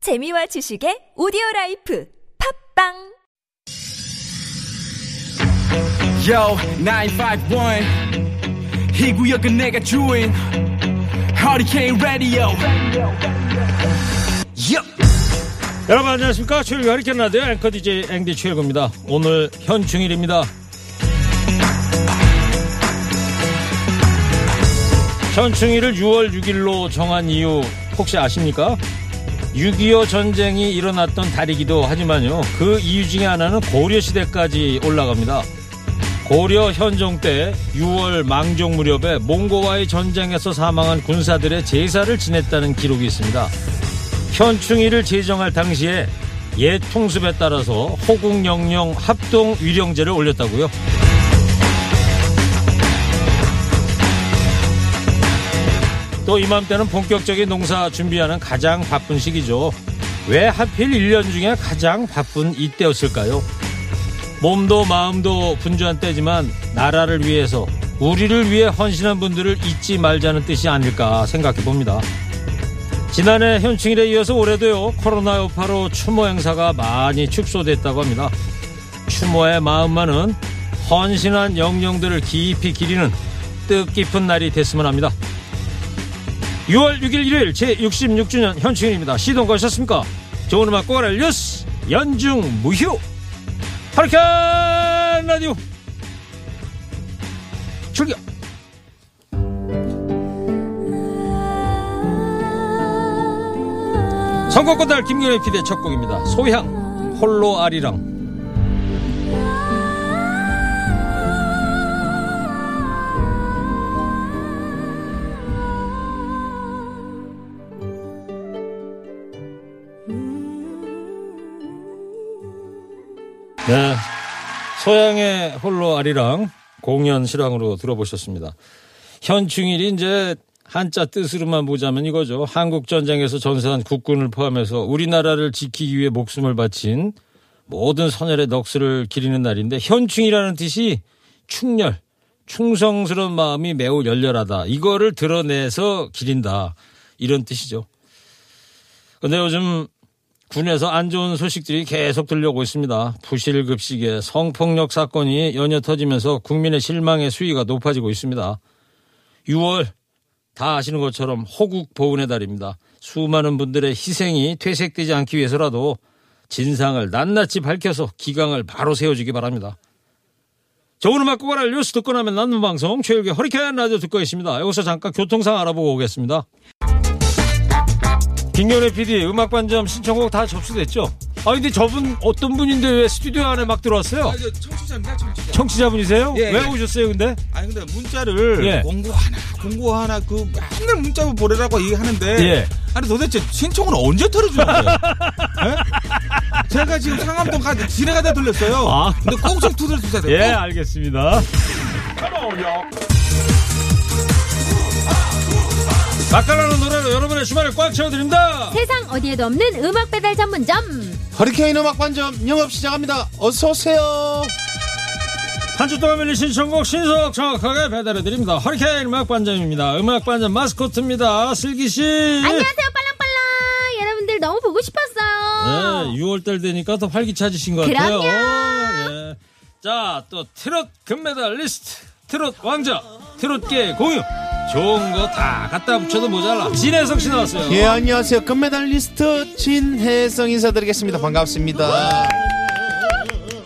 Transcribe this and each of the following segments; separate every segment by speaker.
Speaker 1: 재미와 지식의 오디오 라이프 팝빵
Speaker 2: Yo, 951. 이 구역은 내가 주인. Hurricane Radio. Yup.
Speaker 3: 여러분 안녕하십니까 최일 허리케인 라디오 앵커 DJ 앵디 최일구입니다 오늘 현충일입니다 현충일을 6월 6일로 정한 이유 혹시 아십니까? 6.25 전쟁이 일어났던 달이기도 하지만요 그 이유 중에 하나는 고려시대까지 올라갑니다 고려 현종 때 6월 망종 무렵에 몽고와의 전쟁에서 사망한 군사들의 제사를 지냈다는 기록이 있습니다 현충일을 제정할 당시에 옛 풍습에 따라서 호국영령 합동 위령제를 올렸다고요. 또 이맘때는 본격적인 농사 준비하는 가장 바쁜 시기죠. 왜 하필 1년 중에 가장 바쁜 이때였을까요? 몸도 마음도 분주한 때지만 나라를 위해서 우리를 위해 헌신한 분들을 잊지 말자는 뜻이 아닐까 생각해 봅니다. 지난해 현충일에 이어서 올해도요 코로나 여파로 추모 행사가 많이 축소됐다고 합니다. 추모의 마음만은 헌신한 영령들을 깊이 기리는 뜻깊은 날이 됐으면 합니다. 6월 6일 일요일 제66주년 현충일입니다. 시동 거셨습니까? 좋은 음악 꼬랄 뉴스 연중 무휴 하리캔 라디오 출격 선곡권 달 김경래 피디의 첫 곡입니다. 소향 홀로 아리랑 네 소향의 홀로 아리랑 공연 실황으로 들어보셨습니다. 현충일이 이제 한자 뜻으로만 보자면 이거죠. 한국 전쟁에서 전사한 국군을 포함해서 우리나라를 지키기 위해 목숨을 바친 모든 선열의 넋을 기리는 날인데 현충이라는 뜻이 충렬, 충성스러운 마음이 매우 열렬하다. 이거를 드러내서 기린다. 이런 뜻이죠. 근데 요즘 군에서 안 좋은 소식들이 계속 들려오고 있습니다. 부실급식에 성폭력 사건이 연이어 터지면서 국민의 실망의 수위가 높아지고 있습니다. 6월 다 아시는 것처럼 호국 보훈의 달입니다. 수많은 분들의 희생이 퇴색되지 않기 위해서라도 진상을 낱낱이 밝혀서 기강을 바로 세워주기 바랍니다. 좋은 음악 꼬발 뉴스 듣고 나면 남는 방송 최일의 허리케인 라디오 듣고 있습니다. 여기서 잠깐 교통상 알아보고 오겠습니다. 김경래 PD 음악 반점 신청곡 다 접수됐죠? 아 근데 저분 어떤 분인데 왜 스튜디오 안에 막 들어왔어요?
Speaker 4: 아, 저 청취자입니다, 청취자.
Speaker 3: 청취자분이세요?
Speaker 4: 예,
Speaker 3: 왜
Speaker 4: 예.
Speaker 3: 오셨어요 근데?
Speaker 4: 아니 근데 문자를
Speaker 3: 예.
Speaker 4: 공고 하나, 공고 하나 그 맨날 문자 보내라고 얘기하는데
Speaker 3: 예.
Speaker 4: 아니 도대체 신청은 언제 털어주는 거예요? 예? 제가 지금 상암동까지 지나가다 들렸어요.
Speaker 3: 아.
Speaker 4: 근데 꼭 좀 두드려 주셔야 돼요.
Speaker 3: 예 알겠습니다. 맛깔나는 노래로 여러분의 주말을 꽉 채워드립니다.
Speaker 5: 세상 어디에도 없는 음악 배달 전문점
Speaker 3: 네.
Speaker 6: 허리케인 음악 반점 영업 시작합니다. 어서 오세요.
Speaker 3: 한 주 동안 밀린 신청곡 신속 정확하게 배달해드립니다. 허리케인 음악반점입니다. 음악반점 마스코트입니다. 슬기씨.
Speaker 5: 안녕하세요 빨랑빨랑 여러분들 너무 보고 싶었어요
Speaker 3: 네, 6월달 되니까 더 활기차지신 것 같아요. 예. 자, 또 트롯 금메달 리스트. 트롯 왕자. 트롯계 공유. 좋은 거 다 갖다 붙여도 모자라. 진혜성 씨 나왔어요.
Speaker 6: 예, 안녕하세요. 금메달리스트 진혜성 인사드리겠습니다. 반갑습니다.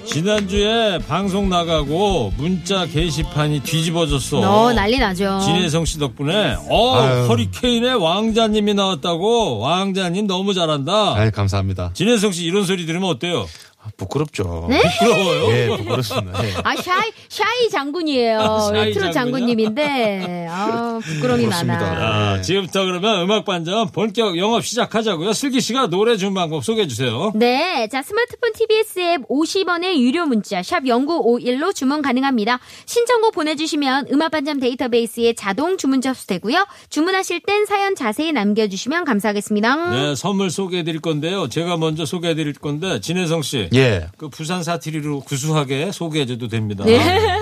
Speaker 3: 지난주에 방송 나가고 문자 게시판이 뒤집어졌어.
Speaker 5: 어 난리 나죠
Speaker 3: 진혜성 씨 덕분에 어
Speaker 6: 아유.
Speaker 3: 허리케인의 왕자님이 나왔다고 왕자님 너무 잘한다.
Speaker 6: 아이, 감사합니다.
Speaker 3: 진혜성 씨 이런 소리 들으면 어때요?
Speaker 6: 아, 부끄럽죠.
Speaker 5: 네?
Speaker 3: 부러워요?
Speaker 6: 예, 부끄럽습니다. 예.
Speaker 5: 아 샤이 샤이 장군이에요
Speaker 3: 아, 샤이 장군이요?
Speaker 5: 트롯 장군님인데 아 부끄러움이
Speaker 6: 그렇습니다.
Speaker 5: 많아
Speaker 3: 아,
Speaker 6: 네.
Speaker 3: 지금부터 그러면 음악반점 본격 영업 시작하자고요. 슬기 씨가 노래 준 방법 소개해 주세요.
Speaker 5: 네, 자 스마트폰 TBS 앱 50원의 유료 문자 샵 0951로 주문 가능합니다. 신청곡 보내주시면 음악반점 데이터베이스에 자동 주문 접수되고요. 주문하실 땐 사연 자세히 남겨주시면 감사하겠습니다.
Speaker 3: 네, 선물 소개해 드릴 건데요. 제가 먼저 소개해 드릴 건데 진혜성 씨.
Speaker 6: 예.
Speaker 3: 그 부산 사투리로 구수하게 소개해줘도 됩니다.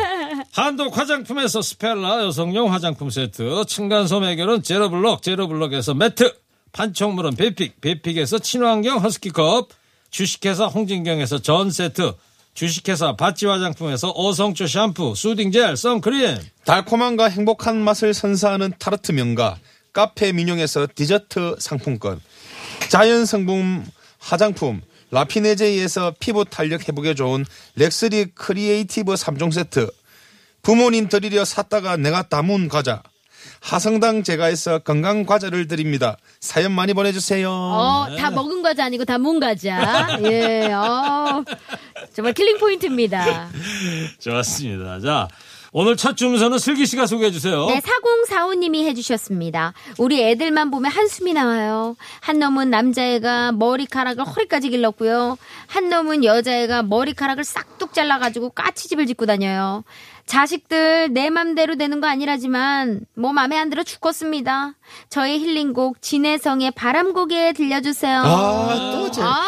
Speaker 3: 한독 화장품에서 스펠라 여성용 화장품 세트, 층간소음 해결은 제로블럭, 제로블럭에서 매트, 판촉물은 베픽, 베픽에서 친환경 허스키컵, 주식회사 홍진경에서 전 세트, 주식회사 바찌 화장품에서 어성초 샴푸, 수딩젤, 선크림,
Speaker 6: 달콤함과 행복한 맛을 선사하는 타르트 명가 카페 민용에서 디저트 상품권 자연 성분 화장품 라피네제이에서 피부 탄력 회복에 좋은 렉스리 크리에이티브 3종 세트 부모님 드리려 샀다가 내가 담은 과자 하성당 제과에서 건강 과자를 드립니다 사연 많이 보내주세요
Speaker 5: 어,
Speaker 6: 음.
Speaker 5: 다 먹은 과자 아니고 다 문 과자. 예, 어. 정말 킬링 포인트입니다.
Speaker 3: 좋습니다. 자, 오늘 첫 주문서는 슬기 씨가 소개해
Speaker 6: 어?
Speaker 3: 주세요.
Speaker 5: 네, 4045님이 해주셨습니다. 우리 애들만 보면 한숨이 나와요. 한 놈은 남자애가 머리카락을 허리까지 길렀고요. 한 놈은 여자애가 머리카락을 싹둑 잘라가지고 까치집을 짓고 다녀요. 자식들 내 맘대로 되는 거 아니라지만 뭐 맘에 안 들어 죽겠습니다. 저의 힐링곡 진해성의 바람고개 들려주세요.
Speaker 6: 아또제
Speaker 5: 아,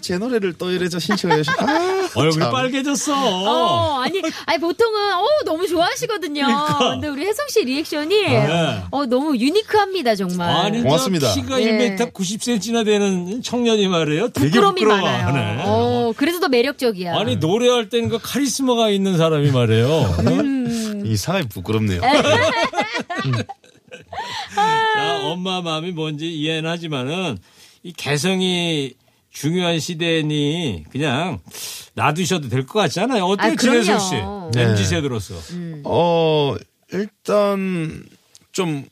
Speaker 6: 제 노래를 또 이래 저 신청해 주시 아,
Speaker 3: 얼굴이
Speaker 6: 참.
Speaker 3: 빨개졌어.
Speaker 5: 어, 아니, 아니 보통은 어 너무 좋아하시거든요. 근데 우리 혜성 씨 리액션이
Speaker 3: 그러니까. 네.
Speaker 5: 어 너무 유니크합니다 정말.
Speaker 3: 아니,
Speaker 6: 고맙습니다.
Speaker 3: 저 키가
Speaker 5: 네. 예.
Speaker 3: 1m 90cm나 되는 청년이 말이에요. 되게
Speaker 5: 부끄러움이
Speaker 3: 부끄러워.
Speaker 5: 많아요.
Speaker 3: 하네.
Speaker 5: 어, 그래서 더 매력적이야.
Speaker 3: 아니 노래할 때는 그 카리스마가 있는 사람이 말이에요.
Speaker 5: 네.
Speaker 6: 이상하게 부끄럽네요
Speaker 3: 자, 엄마 마음이 뭔지 이해는 하지만은 이 개성이 중요한 시대니 그냥 놔두셔도 될 것 같지 않아요? 어때요,
Speaker 5: 아, 그럼요.
Speaker 3: 진혜성 씨?
Speaker 5: 네.
Speaker 3: MZ 세대로서.
Speaker 6: 어 일단 좀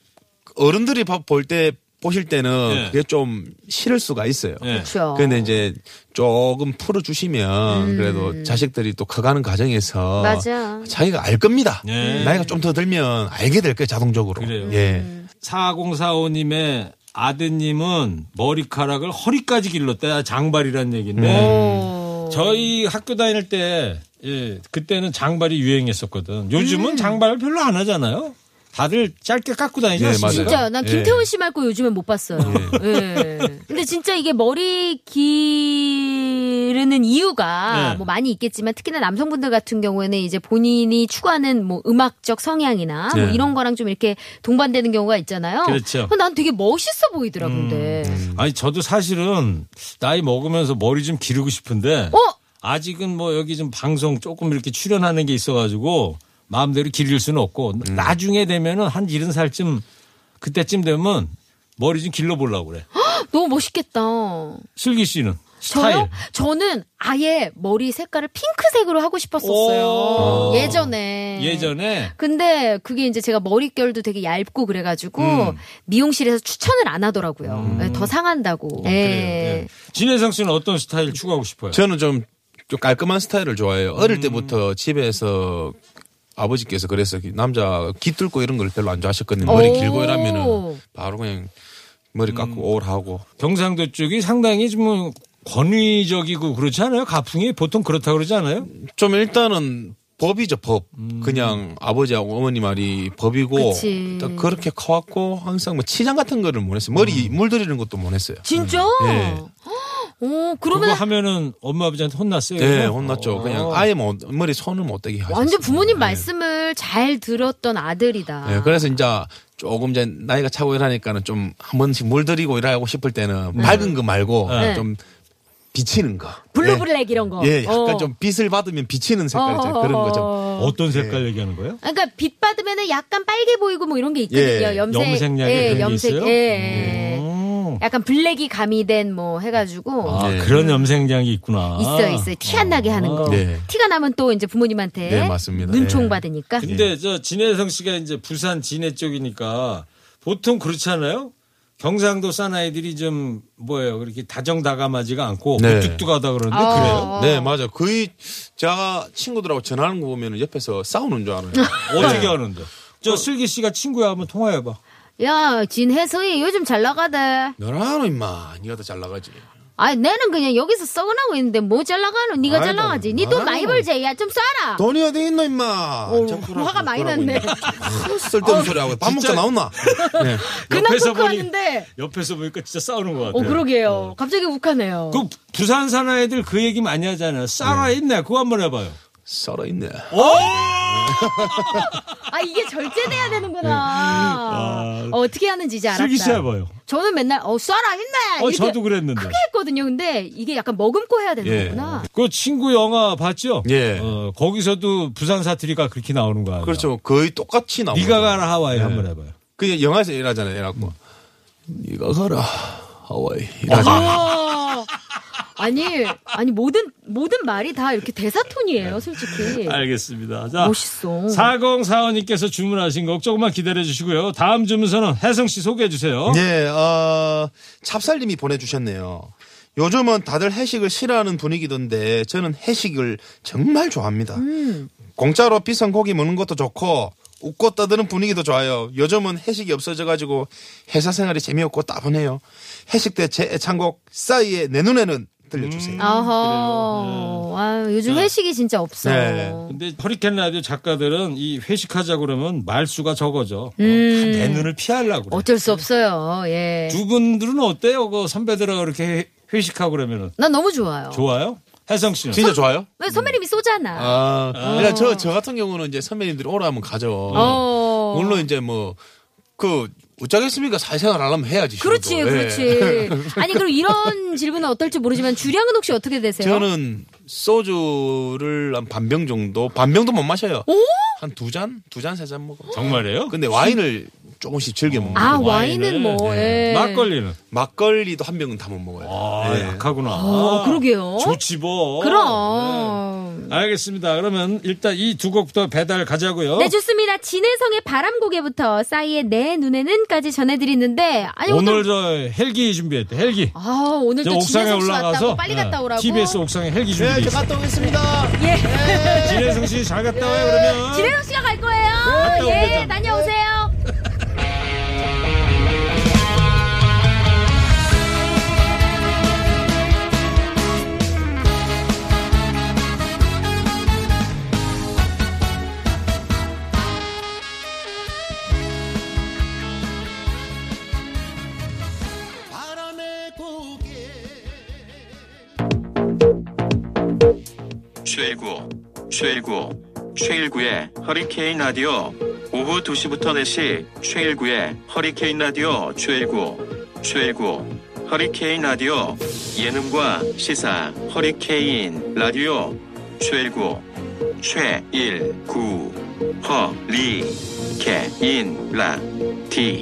Speaker 6: 어른들이 볼 때 보실 때는
Speaker 3: 예.
Speaker 6: 그게 좀 싫을 수가 있어요.
Speaker 3: 예.
Speaker 5: 그렇죠.
Speaker 6: 근데 이제 조금 풀어주시면 그래도 자식들이 또 커가는 과정에서
Speaker 5: 음. 맞아.
Speaker 6: 자기가 알 겁니다.
Speaker 3: 예.
Speaker 6: 나이가 좀 더 들면 알게 될 거예요 자동적으로.
Speaker 3: 그래요.
Speaker 6: 예.
Speaker 5: 음.
Speaker 3: 4045님의 아드님은 머리카락을 허리까지 길렀다. 장발이란 얘기인데.
Speaker 5: 어.
Speaker 3: 저희 학교 다닐 때, 예, 그때는 장발이 유행했었거든. 요즘은
Speaker 5: 음.
Speaker 3: 장발을 별로 안 하잖아요. 다들 짧게 깎고 다니지
Speaker 6: 예,
Speaker 3: 않습니까?
Speaker 6: 맞아요.
Speaker 5: 진짜 난
Speaker 6: 예.
Speaker 5: 김태훈 씨 말고 요즘엔 못 봤어요. 예. 근데 진짜 이게 머리 기르는 이유가
Speaker 3: 네.
Speaker 5: 뭐 많이 있겠지만 특히나 남성분들 같은 경우에는 이제 본인이 추구하는 뭐 음악적 성향이나 뭐
Speaker 3: 네.
Speaker 5: 이런 거랑 좀 이렇게 동반되는 경우가 있잖아요.
Speaker 3: 그렇죠. 음, 네.
Speaker 5: 어, 난 되게 멋있어 보이더라 근데.
Speaker 3: 아니 저도 사실은 나이 먹으면서 머리 좀 기르고 싶은데
Speaker 5: 어?
Speaker 3: 아직은 뭐 여기 좀 방송 조금 이렇게 출연하는 게 있어가지고 마음대로 기를 수는 없고 나중에 되면은 한 일흔 살쯤 그때쯤 되면 머리 좀 길러보려고 그래.
Speaker 5: 너무 멋있겠다.
Speaker 3: 슬기 씨는 스타일.
Speaker 5: 저요? 저는 아예 머리 색깔을 핑크색으로 하고 싶었었어요.
Speaker 3: 오.
Speaker 5: 예전에.
Speaker 3: 예전에
Speaker 5: 근데 그게 이제 제가 머릿결도 되게 얇고 그래가지고
Speaker 3: 음.
Speaker 5: 미용실에서 추천을 안 하더라고요. 예, 더 상한다고. 예.
Speaker 3: 그래요. 예. 진혜성 씨는 어떤 스타일 추구하고 싶어요?
Speaker 6: 저는 좀, 좀 깔끔한 스타일을 좋아해요.
Speaker 5: 음.
Speaker 6: 어릴 때부터 집에서 아버지께서 그래서 남자 깃들고 이런 걸 별로 안 좋아하셨거든요. 머리
Speaker 5: 오. 음.
Speaker 6: 길고 이러면은 바로 그냥 머리 깎고 오울하고
Speaker 3: 경상도 쪽이 상당히 좀 권위적이고 그렇지 않아요? 가풍이 보통 그렇다 그러지 않아요?
Speaker 6: 좀 일단은 법이죠 법. 그냥 아버지하고 어머니 말이 법이고
Speaker 5: 음. 그치.
Speaker 6: 또 그렇게 커왔고 항상 뭐 치장 같은 거를 못 했어요. 머리
Speaker 5: 음.
Speaker 6: 물들이는 것도 못 했어요.
Speaker 5: 진짜?
Speaker 6: 예.
Speaker 3: 음.
Speaker 5: 오,
Speaker 3: 네. 그거
Speaker 5: 그러면
Speaker 3: 하면은 엄마 아버지한테 혼났어요.
Speaker 6: 네,
Speaker 3: 그거?
Speaker 6: 혼났죠.
Speaker 3: 어.
Speaker 6: 그냥 아예 못, 머리 손을 못 대게 하셨어요.
Speaker 5: 완전
Speaker 3: 네.
Speaker 5: 부모님 말씀을 잘 들었던 아들이다.
Speaker 6: 예, 그래서 이제 조금 이제 나이가 차고 이러니까는 좀 한 번씩 물들이고 일하고 싶을 때는 밝은 거 말고
Speaker 5: 네.
Speaker 6: 좀 비치는 거.
Speaker 5: 블루블랙 이런 거.
Speaker 6: 예, 예, 약간
Speaker 5: 어.
Speaker 6: 좀 빛을 받으면 비치는 색깔 있잖아요. 그런 거 좀.
Speaker 3: 어떤 색깔
Speaker 6: 네.
Speaker 3: 얘기하는 거예요?
Speaker 5: 그러니까 빛 받으면은 약간 빨개 보이고 뭐 이런 게 있거든요.
Speaker 6: 예.
Speaker 5: 염색,
Speaker 3: 염색약에
Speaker 5: 예,
Speaker 3: 그런 게
Speaker 5: 염색,
Speaker 3: 있어요?
Speaker 5: 예, 예.
Speaker 3: 음.
Speaker 5: 약간 블랙이 가미된 뭐 해가지고
Speaker 3: 아,
Speaker 6: 네.
Speaker 3: 그런 염색량이 있구나.
Speaker 5: 있어요, 있어요. 티 안 나게 하는 거.
Speaker 6: 네.
Speaker 5: 티가 나면 또 이제 부모님한테
Speaker 6: 네, 맞습니다.
Speaker 5: 눈총
Speaker 6: 네.
Speaker 5: 받으니까.
Speaker 3: 근데 저 진해성 씨가 이제 부산 진해 쪽이니까 보통 그렇잖아요. 경상도 사나이들이 좀 뭐예요. 그렇게 다정다감하지가 않고
Speaker 6: 네.
Speaker 3: 무뚝뚝하다 그러는데
Speaker 5: 아.
Speaker 3: 그래요.
Speaker 6: 네, 맞아. 거의 제가 친구들하고 전화하는 거 보면 옆에서 싸우는 줄 알아요.
Speaker 5: 네.
Speaker 3: 어떻게 하는데? 저 슬기 씨가 친구야 한번 통화해 봐.
Speaker 5: 야, 진혜성이 요즘 잘 나가대.
Speaker 6: 너라노 임마. 네가 더 잘 나가지.
Speaker 5: 아니, 나는 그냥 여기서 썩어나고 있는데 뭐 잘 나가노? 네가 잘
Speaker 6: 아이고,
Speaker 5: 나가지. 네 돈 많이
Speaker 6: 아이고.
Speaker 5: 벌지. 야, 좀 쏴라.
Speaker 6: 돈이 어디 있노 임마.
Speaker 5: 오,
Speaker 6: 정부라고
Speaker 5: 화가 많이
Speaker 6: 그러고
Speaker 5: 났네.
Speaker 6: 있네. 쓸데없는 소리 하고 밥 먹자
Speaker 3: 진짜.
Speaker 6: 나온나. 네.
Speaker 5: 근황
Speaker 3: 옆에서
Speaker 5: 토크
Speaker 3: 보니-
Speaker 5: 하는데.
Speaker 3: 옆에서 보니까 진짜 싸우는 것
Speaker 5: 어,
Speaker 3: 같아요.
Speaker 5: 그러게요. 갑자기 욱하네요.
Speaker 3: 그 부산 네. 사나이들 그 얘기 많이 하잖아요. 싸라 있네. 그거 한번 해봐요.
Speaker 6: 썰어 있네.
Speaker 3: 오!
Speaker 5: 아 이게 절제돼야 되는구나. 어, 어떻게 하는지 이제 알았다.
Speaker 3: 네. 아, 슬기 씨 해봐요.
Speaker 5: 저는 맨날 어 쏴라 했나
Speaker 3: 어, 저도 그랬는데.
Speaker 5: 크게 했거든요. 근데 이게 약간 머금고 해야
Speaker 6: 예.
Speaker 5: 되는구나.
Speaker 3: 그 친구 영화 봤죠?
Speaker 6: 예.
Speaker 3: 어, 거기서도 부산 사투리가 그렇게 나오는 거 아니야?
Speaker 6: 그렇죠. 예. 거의 똑같이 나오고.
Speaker 3: 네가 가라 하와이 한번 해봐요.
Speaker 6: 그냥 영화에서 일하잖아요. 일하고. 네가 가라. 하와이. 일하잖아.
Speaker 5: 와. 아니 아니 모든 모든 말이 다 이렇게 대사
Speaker 3: 네.
Speaker 5: 톤이에요, 솔직히.
Speaker 3: 알겠습니다. 아, 자,
Speaker 5: 멋있어.
Speaker 3: 4045님께서 주문하신 곡 조금만 기다려 주시고요. 다음 주문서는 혜성 씨 소개해 주세요.
Speaker 6: 네, 어, 찹살님이 보내주셨네요. 요즘은 다들 회식을 싫어하는 분위기던데 저는 회식을 정말 좋아합니다. 공짜로 비싼 고기 먹는 것도 좋고 웃고 떠드는 분위기도 좋아요. 요즘은 회식이 없어져가지고 회사 생활이 재미없고 따분해요. 회식 때 제 애창곡 싸이의 내 눈에는 들려주세요.
Speaker 3: 네.
Speaker 5: 아하. 아 요즘 회식이 진짜 없어.
Speaker 6: 네.
Speaker 3: 근데 허리케인 라디오 작가들은 이 회식하자 그러면 말수가 적어져. 어, 내 눈을 피하려고 그래.
Speaker 5: 어쩔 수 음. 없어요. 예.
Speaker 3: 두 분들은 어때요? 그 선배들하고 이렇게 회- 회식하고 그러면은
Speaker 5: 난 너무 좋아요.
Speaker 3: 좋아요? 혜성 씨는
Speaker 6: 진짜 좋아요?
Speaker 5: 왜 선배님이 쏘잖아.
Speaker 6: 아, 그러니까 저, 저 같은 경우는 이제 선배님들이 오라면 가죠.
Speaker 5: 어.
Speaker 6: 물론 이제 뭐, 그, 어쩌겠습니까? 사회생활 하려면 해야지.
Speaker 5: 그렇지,
Speaker 6: 저도. 예.
Speaker 5: 그렇지. 아니, 그럼 이런 질문은 어떨지 모르지만 주량은 혹시 어떻게 되세요?
Speaker 6: 저는 소주를 한 반 병 정도, 반 병도 못 마셔요. 한 두 잔, 두 잔, 세 잔 먹어.
Speaker 3: 정말이에요?
Speaker 6: 근데 와인을 조금씩 즐겨 먹는.
Speaker 5: 아,
Speaker 6: 요
Speaker 5: 와인은 뭐, 예.
Speaker 3: 네. 막걸리는
Speaker 6: 막걸리도 한 병은 다 못 먹어요.
Speaker 3: 아,
Speaker 6: 예.
Speaker 3: 약하구나.
Speaker 5: 어, 그러게요.
Speaker 3: 좋지 뭐.
Speaker 5: 그럼.
Speaker 3: 네. 알겠습니다. 그러면 일단 이 두 곡부터 배달 가자고요.
Speaker 5: 네, 좋습니다. 진해성의 바람고개부터 싸이의 내 눈에는까지 전해드리는데, 아니,
Speaker 3: 오늘
Speaker 5: 오늘.
Speaker 3: 저 헬기 준비했대. 헬기.
Speaker 5: 아, 오늘
Speaker 3: 저
Speaker 5: 또
Speaker 3: 옥상에
Speaker 5: 진해성 씨
Speaker 3: 올라가서
Speaker 5: 왔다고 빨리
Speaker 3: 네,
Speaker 5: 갔다 오라고.
Speaker 3: TBS 옥상에 헬기 준비. 네,
Speaker 6: 갔다 오겠습니다.
Speaker 3: 진해성 씨 잘 갔다
Speaker 5: 네.
Speaker 3: 와요 그러면.
Speaker 5: 진해성 씨가 갈 거예요.
Speaker 3: 오면
Speaker 5: 예,
Speaker 3: 되잖아.
Speaker 5: 다녀오세요.
Speaker 7: 최일구, 최일구, 최일구의 허리케인 라디오. 오후 2시부터 4시, 최일구의 허리케인 라디오, 최일구, 최일구, 허리케인 라디오. 예능과 시사, 허리케인 라디오, 최일구, 최일구, 허리케인 라디오.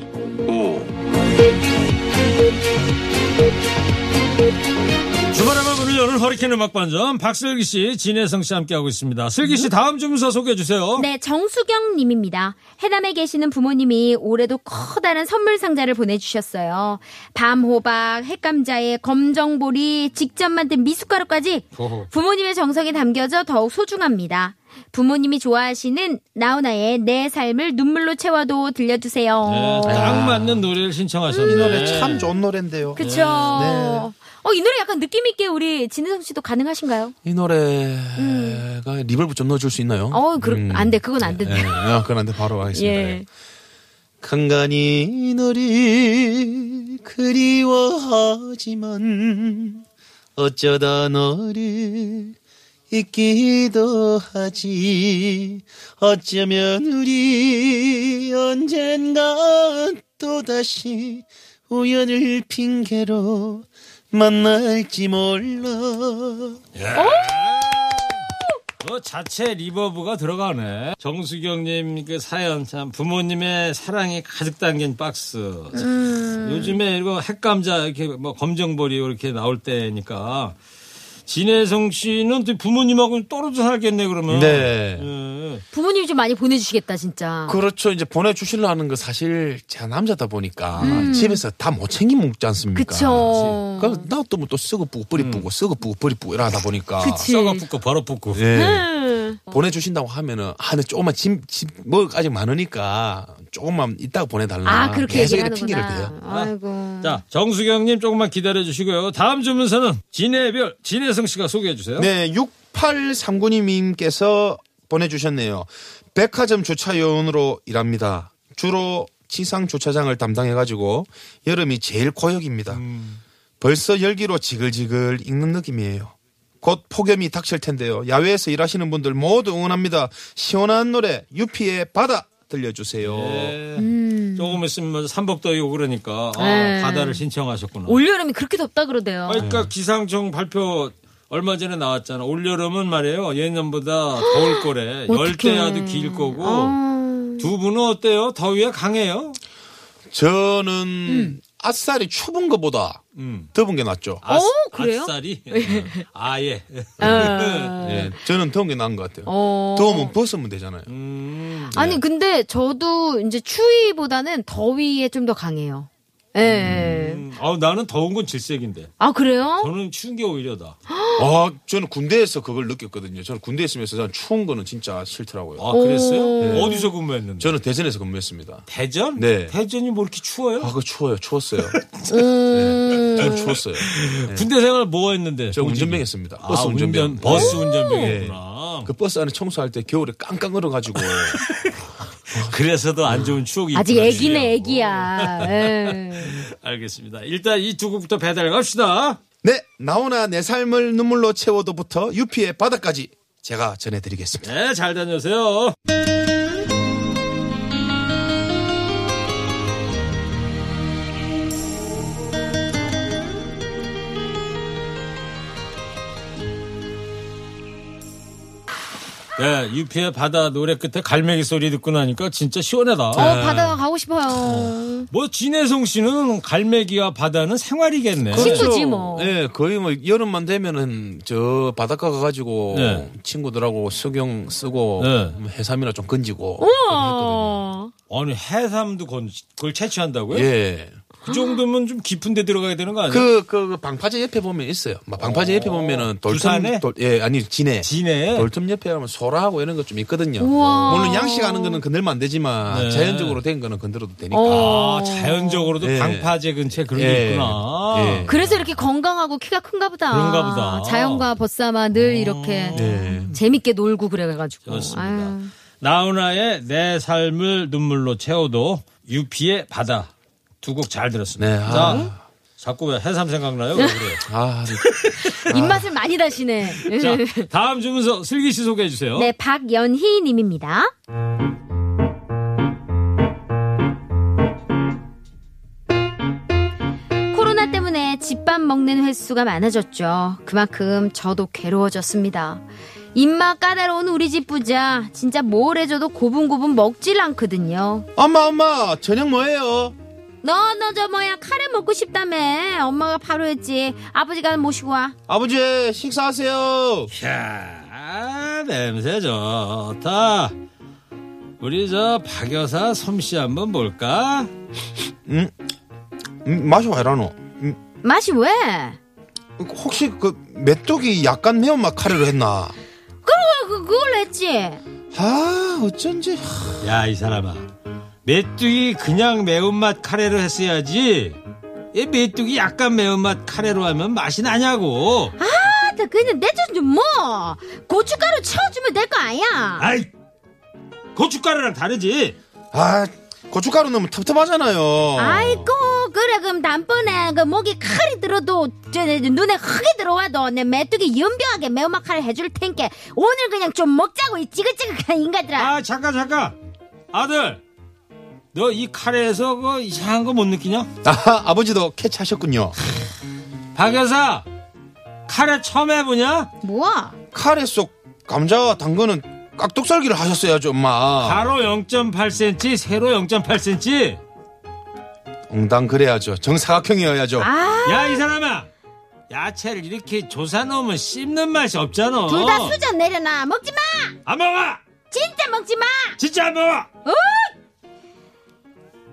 Speaker 3: 주말 한번 문을 여는 허리케인 음악반점 박슬기 씨, 진혜성 씨 함께하고 있습니다. 슬기 씨 다음 주문서 소개해 주세요.
Speaker 5: 네, 정수경 님입니다. 해남에 계시는 부모님이 올해도 커다란 선물 상자를 보내주셨어요. 밤호박, 핵감자에 검정보리, 직접 만든 미숫가루까지
Speaker 3: 어허.
Speaker 5: 부모님의 정성이 담겨져 더욱 소중합니다. 부모님이 좋아하시는 나훈아의 내 삶을 눈물로 채워도 들려주세요.
Speaker 3: 네, 딱 맞는 노래를 신청하셨네.
Speaker 6: 이 노래 참 좋은 노래인데요.
Speaker 5: 그쵸. 어, 이 노래 약간 느낌있게 우리 진혜성 씨도 가능하신가요? 음.
Speaker 6: 이 노래가 리ver브 좀 넣어줄 수 있나요? 음.
Speaker 5: 어, 그, 안 돼. 그건 안 된다.
Speaker 6: 예, 아, 그런데 바로 하겠습니다.
Speaker 5: 예.
Speaker 6: 간간히 너를 그리워하지만 어쩌다 너를 잊기도 하지 어쩌면 우리 언젠가 또다시 우연을 핑계로 만날지 몰라
Speaker 3: 그 자체 리버브가 들어가네. 정수경님 그 사연 참 부모님의 사랑이 가득 담긴 박스.
Speaker 5: 음.
Speaker 3: 요즘에 이거 핵감자 이렇게 뭐 검정벌이 이렇게 나올 때니까 진혜성 씨는 또 부모님하고 떨어져 살겠네 그러면.
Speaker 6: 네.
Speaker 3: 예.
Speaker 5: 부모님이 좀 많이 보내주시겠다, 진짜.
Speaker 6: 그렇죠. 이제 보내주시려 하는 거 사실 제가 남자다 보니까 집에서 다 못 챙겨 먹지 않습니까?
Speaker 5: 음. 그쵸.
Speaker 6: 그래서 나도 뭐또 쓰고 뿌고 뿌리 뿌고 쓰고 뿌고 뿌리 뿌고 이러다 보니까
Speaker 5: 그치.
Speaker 3: 썩어 붙고 바로 붙고.
Speaker 6: 예.
Speaker 5: 음.
Speaker 6: 보내주신다고 하면은 아, 근 조금만 짐, 짐 먹을 거 아직 많으니까 조금만 이따가 보내달라.
Speaker 5: 아, 그렇게
Speaker 6: 계속 이렇게
Speaker 5: 얘기하는구나.
Speaker 6: 핑계를 대요.
Speaker 5: 아이고.
Speaker 3: 자 정수경님 조금만 기다려 주시고요. 다음 주문서는 진혜별 진혜성 씨가 소개해 주세요.
Speaker 6: 네, 6839님께서 보내주셨네요. 백화점 주차 요원으로 일합니다. 주로 지상 주차장을 담당해가지고 음. 여름이 제일 고역입니다. 벌써 열기로 지글지글 익는 느낌이에요. 곧 폭염이 닥칠 텐데요. 야외에서 일하시는 분들 모두 응원합니다. 시원한 노래 유피의 바다 들려주세요.
Speaker 3: 조금 있으면 삼복더위고 그러니까 아,
Speaker 5: 네.
Speaker 3: 바다를 신청하셨구나.
Speaker 5: 올여름이 그렇게 덥다 그러대요.
Speaker 3: 그러니까 기상청 발표 얼마 전에 나왔잖아. 올 여름은 말이에요. 예년보다 더울 거래.
Speaker 5: 어떡해.
Speaker 3: 열대야도 길 거고.
Speaker 5: 아.
Speaker 3: 두 분은 어때요? 더위에 강해요?
Speaker 6: 저는 아싸리 추운 것보다
Speaker 3: 음.
Speaker 6: 더운 게 낫죠.
Speaker 3: 아,
Speaker 5: 어, 그래요?
Speaker 3: 아싸리. 어, 아예.
Speaker 5: 아.
Speaker 6: 예, 저는 더운 게 나은 것 같아요.
Speaker 5: 어.
Speaker 6: 더우면 벗으면 되잖아요. 네.
Speaker 3: 음.
Speaker 5: 아니 근데 저도 이제 추위보다는 더위에 좀 더 강해요. 예.
Speaker 3: 음. 아, 나는 더운 건 질색인데.
Speaker 5: 아 그래요?
Speaker 3: 저는 추운 게 오히려다.
Speaker 6: 아, 저는 군대에서 그걸 느꼈거든요. 저는 군대에 있으면서 저는 추운 거는 진짜 싫더라고요.
Speaker 3: 아, 그랬어요?
Speaker 5: 오. 네.
Speaker 3: 어디서 근무했는데?
Speaker 6: 저는 대전에서 근무했습니다.
Speaker 3: 대전?
Speaker 6: 네.
Speaker 3: 대전이 뭐 이렇게 추워요?
Speaker 6: 아, 그거 추워요. 추웠어요.
Speaker 5: 음.
Speaker 6: 예, 저는 추웠어요.
Speaker 3: 군대 생활 뭐 했는데?
Speaker 6: 저
Speaker 3: 보직이?
Speaker 6: 운전병 했습니다.
Speaker 3: 아,
Speaker 6: 버스 운전병.
Speaker 3: 운전, 버스
Speaker 6: 예.
Speaker 3: 운전병이구나.
Speaker 6: 그 버스 안에 청소할 때 겨울에 깡깡 얼어가지고.
Speaker 3: 그, 래서도안 좋은 추억이
Speaker 5: 아직
Speaker 3: 있구나,
Speaker 5: 애기네
Speaker 3: 주희하고.
Speaker 5: 애기야. 예.
Speaker 3: 알겠습니다. 일단 이 두 곡부터 배달 갑시다.
Speaker 6: 네, 나오나 내 삶을 눈물로 채워도부터 유피의 바다까지 제가 전해드리겠습니다.
Speaker 3: 네, 잘 다녀오세요. 네, 유피의 바다 노래 끝에 갈매기 소리 듣고 나니까 진짜 시원하다.
Speaker 5: 어 바다 가고 싶어요.
Speaker 3: 뭐 진혜성 씨는 갈매기와 바다는 생활이겠네.
Speaker 5: 친구지 뭐.
Speaker 6: 예, 거의 뭐 여름만 되면은 저 바닷가 가가지고
Speaker 3: 네.
Speaker 6: 친구들하고 수경 쓰고
Speaker 3: 네.
Speaker 6: 해삼이나 좀 건지고.
Speaker 5: 우와.
Speaker 3: 아니 해삼도 건 그걸 채취한다고요?
Speaker 6: 예.
Speaker 3: 그 정도면 좀 깊은데 들어가야 되는 거 아니에요?
Speaker 6: 그, 그, 그 방파제 옆에 보면 있어요. 막 방파제 옆에 보면은
Speaker 3: 부산에?
Speaker 6: 돌틈, 돌, 예, 아니, 진해.
Speaker 3: 진해.
Speaker 6: 돌틈 옆에 하면 소라하고 이런 것 좀 있거든요.
Speaker 5: 우와.
Speaker 6: 물론 양식하는 거는 건들면 안 되지만
Speaker 3: 네.
Speaker 6: 자연적으로 된 거는 건드려도 되니까.
Speaker 3: 아, 자연적으로도
Speaker 6: 예.
Speaker 3: 방파제 근처에 그런
Speaker 6: 예.
Speaker 3: 게 있구나.
Speaker 6: 예.
Speaker 5: 그래서 이렇게 건강하고 키가 큰가 보다.
Speaker 3: 그런가 보다. 어. 네.
Speaker 5: 자연과 벗삼아 늘 이렇게 재밌게 놀고 그래가지고.
Speaker 3: 좋습니다.
Speaker 5: 아유.
Speaker 3: 나훈아의 내 삶을 눈물로 채워도 유피의 바다 두 곡 잘 들었습니다.
Speaker 6: 네, 아.
Speaker 3: 자, 자꾸 왜 해삼 생각나요? 왜 그래요?
Speaker 6: 아,
Speaker 5: 입맛을 많이 다시네.
Speaker 3: 자, 다음 주문서 슬기 씨 소개해 주세요.
Speaker 5: 네, 박연희 님입니다. 코로나 때문에 집밥 먹는 횟수가 많아졌죠. 그만큼 저도 괴로워졌습니다. 입맛 까다로운 우리 집 부자 진짜 뭘 해줘도 고분고분 먹질 않거든요.
Speaker 6: 엄마, 엄마, 저녁 뭐예요?
Speaker 5: 너 너 저 뭐야 카레 먹고 싶다며 엄마가 바로 했지 아버지가 모시고 와.
Speaker 6: 아버지, 식사하세요.
Speaker 3: 야, 냄새 좋다. 우리 저 박여사 솜씨 한번 볼까?
Speaker 6: 음, 맛이 왜 이러노? 음,
Speaker 5: 맛이 왜?
Speaker 6: 혹시 그 메뚜기 약간 매운맛 카레로 했나?
Speaker 5: 그러고 그- 그걸로 했지.
Speaker 6: 아, 어쩐지.
Speaker 3: 야, 이 사람아. 메뚜기 그냥 매운맛 카레로 했어야지. 이 메뚜기 약간 매운맛 카레로 하면 맛이 나냐고.
Speaker 5: 나 그냥 내줬지 뭐 고춧가루 채워주면 될 거 아니야
Speaker 3: 아이, 고춧가루랑 다르지.
Speaker 6: 아, 고춧가루 넣으면 텁텁하잖아요.
Speaker 5: 아이고 그래 그럼 다음번에 그 목이 칼이 들어도 저, 저, 눈에 흙이 들어와도 내 메뚜기 연병하게 매운맛 칼을 해줄 테니까 오늘 그냥 좀 먹자고 이 찌긋찌긋한 인간들아
Speaker 3: 아, 잠깐, 잠깐. 아들, 너 이 카레에서 그 이상한 거 못 느끼냐?
Speaker 6: 아하, 아버지도 캐치하셨군요.
Speaker 3: 박여사, 카레 처음 해보냐?
Speaker 5: 뭐야
Speaker 6: 카레 속 감자와 당근은 깍둑썰기를 하셨어야죠, 엄마.
Speaker 3: 가로 0.8cm, 세로 0.8cm.
Speaker 6: 응당 그래야죠. 정사각형이어야죠.
Speaker 5: 아
Speaker 3: 야, 이 사람아. 야채를 이렇게 조사 넣으면 씹는 맛이 없잖아.
Speaker 5: 둘 다 수저 내려놔 먹지마
Speaker 3: 안 먹어!
Speaker 5: 진짜 먹지마
Speaker 3: 진짜 안 먹어!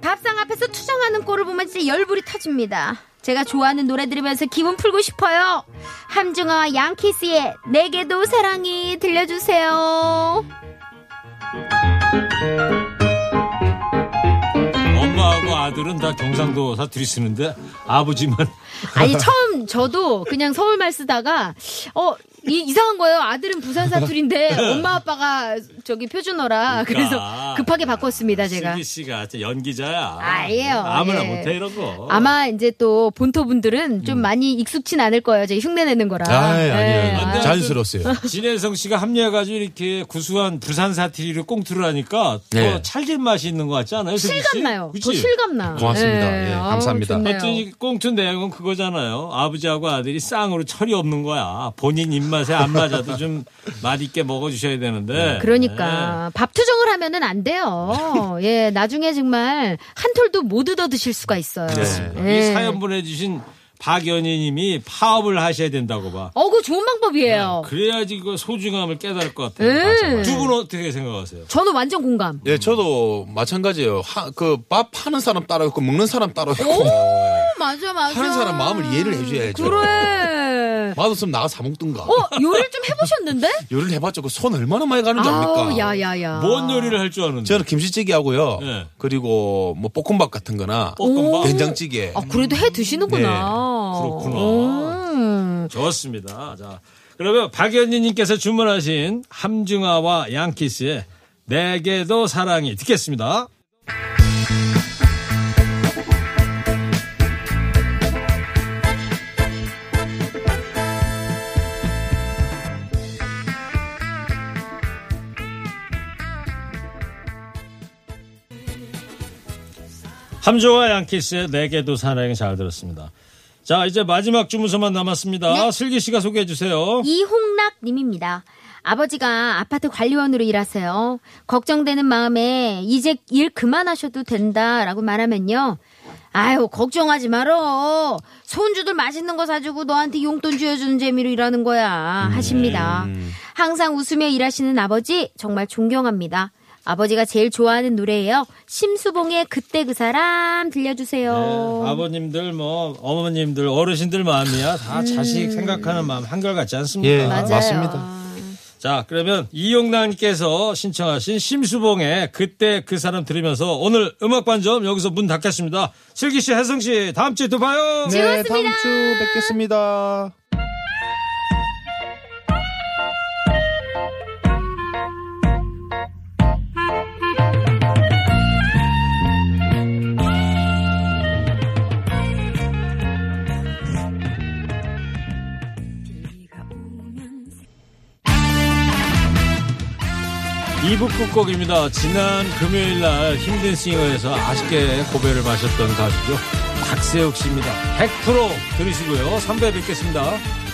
Speaker 5: 밥상 앞에서 투정하는 꼴을 보면 진짜 열불이 터집니다. 제가 좋아하는 노래 들으면서 기분 풀고 싶어요. 함중아와 양키스의 내게도 사랑이 들려주세요.
Speaker 3: 엄마하고 아들은 다 경상도 사투리 쓰는데 아버지만
Speaker 5: 아니 처음 저도 그냥 서울말 쓰다가 어 이, 이상한 거예요. 아들은 부산 사투리인데 엄마 아빠가 저기 표준어라 그래서
Speaker 3: 그러니까.
Speaker 5: 급하게 바꿨습니다 네, 제가.
Speaker 3: 슬기 씨가 진짜 연기자야.
Speaker 5: 아니에요.
Speaker 3: 아무나
Speaker 5: 예.
Speaker 3: 못해 이런 거.
Speaker 5: 아마 이제 또 본토 분들은 좀 많이 익숙진 않을 거예요. 제 흉내 내는 거라.
Speaker 6: 아이,
Speaker 5: 예.
Speaker 6: 아니에요.
Speaker 5: 아,
Speaker 6: 자연스러웠어요.
Speaker 3: 진혜성 씨가 합류해가지고 이렇게 구수한 부산 사투리를 꽁투를 하니까 더
Speaker 6: 네.
Speaker 3: 찰진 맛이 있는 것 같지 않아요? 슬기 씨?
Speaker 5: 실감나요. 더
Speaker 3: 그치?
Speaker 5: 실감나.
Speaker 6: 고맙습니다. 예,
Speaker 5: 아우,
Speaker 6: 감사합니다.
Speaker 5: 좋네요.
Speaker 3: 어쩐 이 꽁투 내용은 그거잖아요. 아버지하고 아들이 쌍으로 철이 없는 거야. 본인 입맛에 안 맞아도 좀 맛있게 먹어주셔야 되는데.
Speaker 6: 네.
Speaker 5: 그러니까 밥 투정을 하면은 안 돼요. 예, 나중에 정말 한 톨도 못 얻어 드실 수가 있어요. 예.
Speaker 3: 네. 이 사연 보내주신 박연희님이 파업을 하셔야 된다고 봐.
Speaker 5: 어, 그 좋은 방법이에요.
Speaker 6: 네,
Speaker 3: 그래야지 그 소중함을 깨달을 것
Speaker 5: 음.
Speaker 3: 같아요. 두 분 어떻게 생각하세요?
Speaker 5: 저는 완전 공감.
Speaker 6: 예, 저도 마찬가지예요. 그 밥 하는 사람 따로 있고 먹는 사람 따로 있고
Speaker 5: 맞아, 맞아.
Speaker 6: 하는 사람 마음을 이해를 해줘야죠.
Speaker 5: 그래.
Speaker 6: 맛없으면 나가서 사 먹든가.
Speaker 5: 어, 요리를 좀 해보셨는데?
Speaker 6: 요리를 해봤자 그 손 얼마나 많이 가는지
Speaker 5: 아우,
Speaker 6: 압니까?
Speaker 5: 야, 야, 야.
Speaker 3: 뭔 요리를 할 줄 아는데?
Speaker 6: 저는 김치찌개하고요.
Speaker 3: 예.
Speaker 6: 그리고 뭐 볶음밥 같은 거나
Speaker 3: 볶음밥.
Speaker 6: 된장찌개.
Speaker 5: 아, 그래도 해 드시는구나.
Speaker 6: 네,
Speaker 3: 그렇구나.
Speaker 5: 음.
Speaker 3: 좋습니다. 자, 그러면 박연희님께서 주문하신 함중아와 양키스의 내게도 사랑이 듣겠습니다. 함조와 양키스의 내게도 사랑이 잘 들었습니다. 자, 이제 마지막 주문서만 남았습니다.
Speaker 5: 네.
Speaker 3: 슬기 씨가 소개해 주세요.
Speaker 5: 이홍락 님입니다. 아버지가 아파트 관리원으로 일하세요. 걱정되는 마음에 이제 일 그만하셔도 된다라고 말하면요. 아유 걱정하지 말어. 손주들 맛있는 거 사주고 너한테 용돈 쥐어주는 재미로 일하는 거야 하십니다. 항상 웃으며 일하시는 아버지 정말 존경합니다. 아버지가 제일 좋아하는 노래예요. 심수봉의 그때 그 사람 들려주세요.
Speaker 3: 네, 아버님들 뭐 어머님들 어르신들 마음이야 다 자식 생각하는 마음 한결같지 않습니까?
Speaker 6: 예,
Speaker 5: 맞아요.
Speaker 6: 맞습니다.
Speaker 3: 자 그러면 이용남께서 신청하신 심수봉의 그때 그 사람 들으면서 오늘 음악반점 여기서 문 닫겠습니다. 슬기 씨, 혜성 씨 다음 주에 또 봐요.
Speaker 6: 네, 다음 주 뵙겠습니다.
Speaker 3: 이부 끝곡입니다. 지난 금요일날 힘든 싱어에서 아쉽게 고배를 마셨던 가수죠. 박세욱 씨입니다. 100% 들으시고요. 3부에 뵙겠습니다.